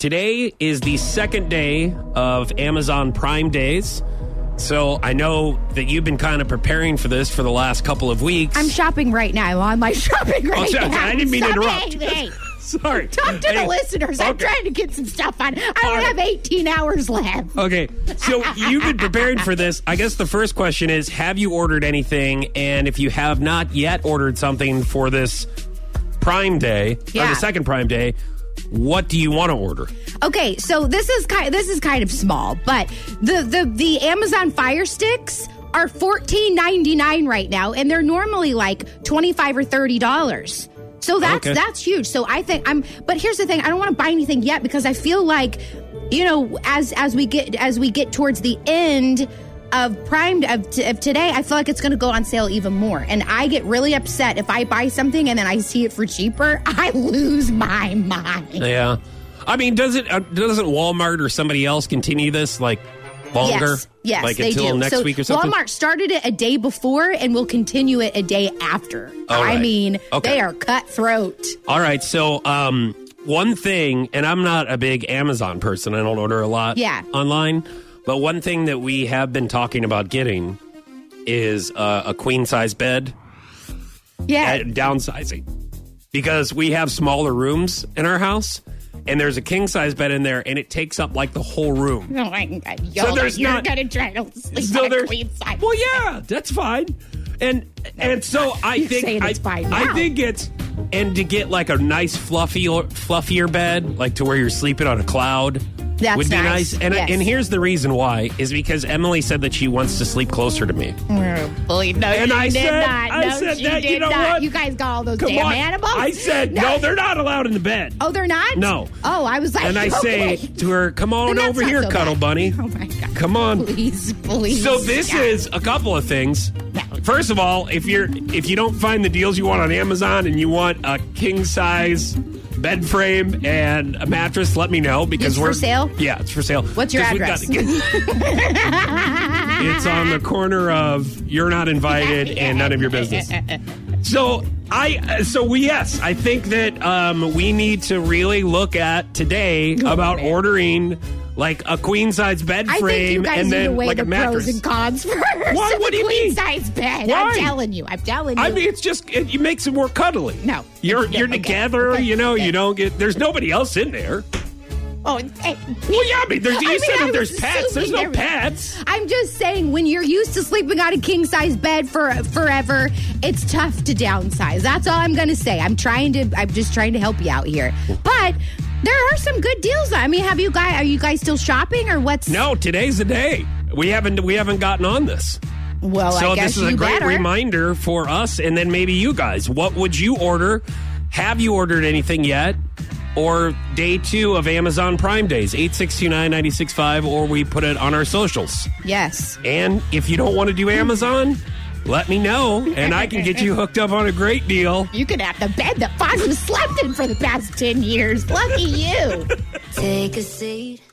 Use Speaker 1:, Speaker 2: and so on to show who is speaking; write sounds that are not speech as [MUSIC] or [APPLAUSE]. Speaker 1: Today is the second day of Amazon Prime Days. So I know that you've been kind of preparing for this for the last couple of weeks.
Speaker 2: I'm shopping right now. I'm on my [LAUGHS] shopping right
Speaker 1: Oh, sorry,
Speaker 2: now.
Speaker 1: I didn't mean to
Speaker 2: Stop-
Speaker 1: interrupt.
Speaker 2: Hey, hey.
Speaker 1: [LAUGHS] Sorry.
Speaker 2: Talk to
Speaker 1: Hey,
Speaker 2: the listeners. I'm
Speaker 1: okay.
Speaker 2: trying to get some stuff on. I
Speaker 1: All
Speaker 2: only
Speaker 1: right.
Speaker 2: have 18 hours left.
Speaker 1: Okay, so you've been preparing for this. I guess the first question is Have you ordered anything? And if you have not yet ordered something for this Prime Day, or
Speaker 2: Yeah.
Speaker 1: the second Prime Day, what do you want to order?
Speaker 2: Okay, so this is kind this is kind of small, but the the the Amazon Fire Sticks are $14.99 right now and they're normally like 25 or 30 dollars. So that's
Speaker 1: Okay.
Speaker 2: that's huge. So I think I'm but here's the thing, I don't want to buy anything yet because I feel like you know as as we get as we get towards the end of prime of, t- of today i feel like it's going to go on sale even more and i get really upset if i buy something and then i see it for cheaper [LAUGHS] i lose my mind
Speaker 1: Yeah. I mean, doesn't uh, doesn't Walmart or somebody else continue this like longer?
Speaker 2: Yes, yes,
Speaker 1: like
Speaker 2: they
Speaker 1: until
Speaker 2: do.
Speaker 1: next
Speaker 2: so
Speaker 1: week or something.
Speaker 2: Walmart started it a day before and will continue it a day after.
Speaker 1: All
Speaker 2: I
Speaker 1: right.
Speaker 2: mean,
Speaker 1: Okay.
Speaker 2: they are cutthroat.
Speaker 1: All right, so um, one thing, and I'm not a big Amazon person. I don't order a lot
Speaker 2: Yeah.
Speaker 1: online, but one thing that we have been talking about getting is uh, a queen size bed
Speaker 2: Yeah,
Speaker 1: and downsizing because we have smaller rooms in our house, and there's a king size bed in there, and it takes up like the whole room.
Speaker 2: Oh my God, y'all,
Speaker 1: there's
Speaker 2: you're
Speaker 1: not-
Speaker 2: gonna try to sleep on a
Speaker 1: there's-
Speaker 2: queen size.
Speaker 1: Well, yeah, that's fine. And and
Speaker 2: [LAUGHS]
Speaker 1: so I
Speaker 2: You're
Speaker 1: think
Speaker 2: saying
Speaker 1: I,
Speaker 2: it's fine
Speaker 1: I
Speaker 2: now.
Speaker 1: think it's and to get like a nice fluffy or fluffier bed, like to where you're sleeping on a cloud.
Speaker 2: That's
Speaker 1: would be nice.
Speaker 2: nice.
Speaker 1: And
Speaker 2: Yes.
Speaker 1: and here's the reason why is because Emily said that she wants to sleep closer to me.
Speaker 2: Oh, no,
Speaker 1: And
Speaker 2: she
Speaker 1: I
Speaker 2: did
Speaker 1: said-
Speaker 2: not.
Speaker 1: I
Speaker 2: no,
Speaker 1: said
Speaker 2: she
Speaker 1: that, you
Speaker 2: did
Speaker 1: know
Speaker 2: not.
Speaker 1: what?
Speaker 2: You guys got all those
Speaker 1: Come
Speaker 2: damn
Speaker 1: on.
Speaker 2: animals.
Speaker 1: I said no, they're not allowed in the bed.
Speaker 2: Oh, they're not.
Speaker 1: No.
Speaker 2: Oh, I was like,
Speaker 1: and I
Speaker 2: okay.
Speaker 1: say to her, "Come on
Speaker 2: Then that's
Speaker 1: over
Speaker 2: not
Speaker 1: here,
Speaker 2: so
Speaker 1: cuddle
Speaker 2: bad.
Speaker 1: bunny.
Speaker 2: Oh my God.
Speaker 1: Come on."
Speaker 2: please, please.
Speaker 1: So this
Speaker 2: Yeah.
Speaker 1: is a couple of things. First of all, if you're if you don't find the deals you want on Amazon and you want a king size bed frame and a mattress, let me know because
Speaker 2: It's for
Speaker 1: we're
Speaker 2: sale?
Speaker 1: Yeah, it's for sale.
Speaker 2: What's your
Speaker 1: 'Cause we've
Speaker 2: address? [LAUGHS]
Speaker 1: got- it's on the corner of you're not invited and none of your business. So I so we yes, I think that um, we need to really look at today about
Speaker 2: Oh, man.
Speaker 1: ordering like a queen size bed
Speaker 2: I think you
Speaker 1: frame
Speaker 2: guys
Speaker 1: and
Speaker 2: need to
Speaker 1: then
Speaker 2: weigh
Speaker 1: like
Speaker 2: the
Speaker 1: a mattress.
Speaker 2: pros and cons [LAUGHS] first.
Speaker 1: Why?
Speaker 2: of
Speaker 1: What do
Speaker 2: a
Speaker 1: you mean?
Speaker 2: queen size bed.
Speaker 1: Why?
Speaker 2: I'm telling you. I'm telling you.
Speaker 1: I mean, it's just it, it makes it more cuddly.
Speaker 2: No.
Speaker 1: you're
Speaker 2: Yeah,
Speaker 1: you're
Speaker 2: okay,
Speaker 1: together.
Speaker 2: okay,
Speaker 1: You know,
Speaker 2: okay.
Speaker 1: you don't get. There's nobody else in there.
Speaker 2: oh, hey.
Speaker 1: Well, yeah, I mean, there's,
Speaker 2: [LAUGHS] I
Speaker 1: you
Speaker 2: mean,
Speaker 1: said
Speaker 2: I
Speaker 1: if there's
Speaker 2: was
Speaker 1: pets, there's no
Speaker 2: assuming there-
Speaker 1: pets.
Speaker 2: I'm just saying, when you're used to sleeping on a king size bed for forever, it's tough to downsize. That's all I'm going to say. I'm trying to. I'm just trying to help you out here. But there are some good deals. I mean, have you guys? Are you guys still shopping or what's?
Speaker 1: No, today's the day. We haven't we haven't gotten on this.
Speaker 2: Well,
Speaker 1: so
Speaker 2: I guess
Speaker 1: this is a
Speaker 2: you
Speaker 1: great
Speaker 2: better.
Speaker 1: reminder for us, and then maybe you guys. What would you order? Have you ordered anything yet? Or day two of Amazon Prime Days, 8629965, or we put it on our socials.
Speaker 2: yes.
Speaker 1: And if you don't want to do Amazon, let me know, and I can get you hooked up on a great deal.
Speaker 2: You could have the bed that Fonz has slept in for the past 10 years. Lucky you.
Speaker 3: Take a seat.